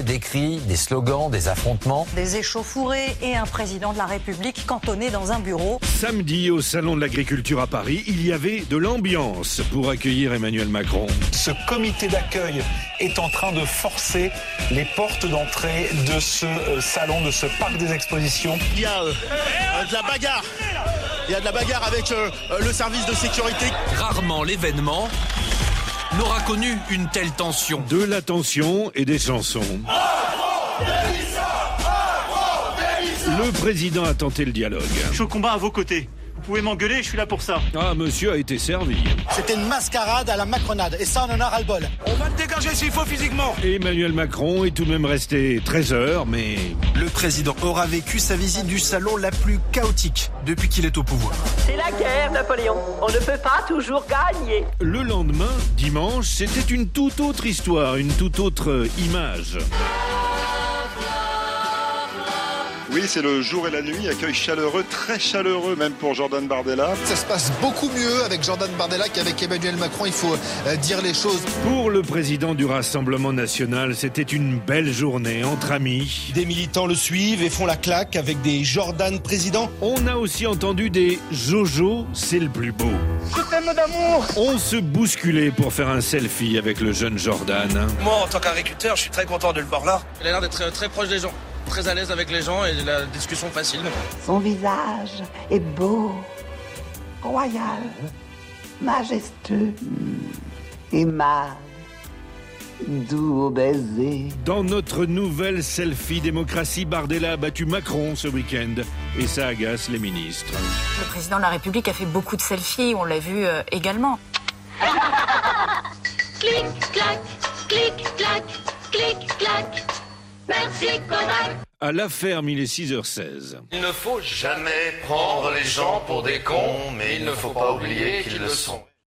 des cris, des slogans, des affrontements. Des échauffourées et un président de la République cantonné dans un bureau. Samedi, au Salon de l'Agriculture à Paris, il y avait de l'ambiance pour accueillir Emmanuel Macron. Ce comité d'accueil est en train de forcer les portes d'entrée de ce euh, salon, de ce parc des expositions. Il y a euh, euh, de la bagarre. Il y a de la bagarre avec euh, le service de sécurité. Rarement l'événement n'aura connu une telle tension. De la tension et des chansons. Le président a tenté le dialogue. Je suis au combat à vos côtés. Vous pouvez m'engueuler, je suis là pour ça. Ah, monsieur a été servi. C'était une mascarade à la macronade, et ça, on en a ras-le-bol. On va te dégager s'il faut physiquement. Emmanuel Macron est tout de même resté 13 heures, mais... Le président aura vécu sa visite du salon la plus chaotique depuis qu'il est au pouvoir. C'est la guerre, Napoléon. On ne peut pas toujours gagner. Le lendemain, dimanche, c'était une toute autre histoire, une toute autre image. Oui, c'est le jour et la nuit, accueil chaleureux, très chaleureux même pour Jordan Bardella. Ça se passe beaucoup mieux avec Jordan Bardella qu'avec Emmanuel Macron, il faut dire les choses. Pour le président du Rassemblement national, c'était une belle journée entre amis. Des militants le suivent et font la claque avec des Jordan présidents. On a aussi entendu des Jojo, c'est le plus beau. Je t'aime d'amour. On se bousculait pour faire un selfie avec le jeune Jordan. Moi, en tant qu'agriculteur, je suis très content de le voir là. Il a l'air d'être très proche des gens très à l'aise avec les gens et la discussion facile. Son visage est beau, royal, majestueux, aimable. Doux au baiser. Dans notre nouvelle selfie démocratie, Bardella a battu Macron ce week-end et ça agace les ministres. Le président de la République a fait beaucoup de selfies, on l'a vu euh, également. clic, clac, clic, clac, clic, clac. Merci, Kodak. À la ferme, il est 6h16. Il ne faut jamais prendre les gens pour des cons, mais il ne faut pas oublier qu'ils le sont.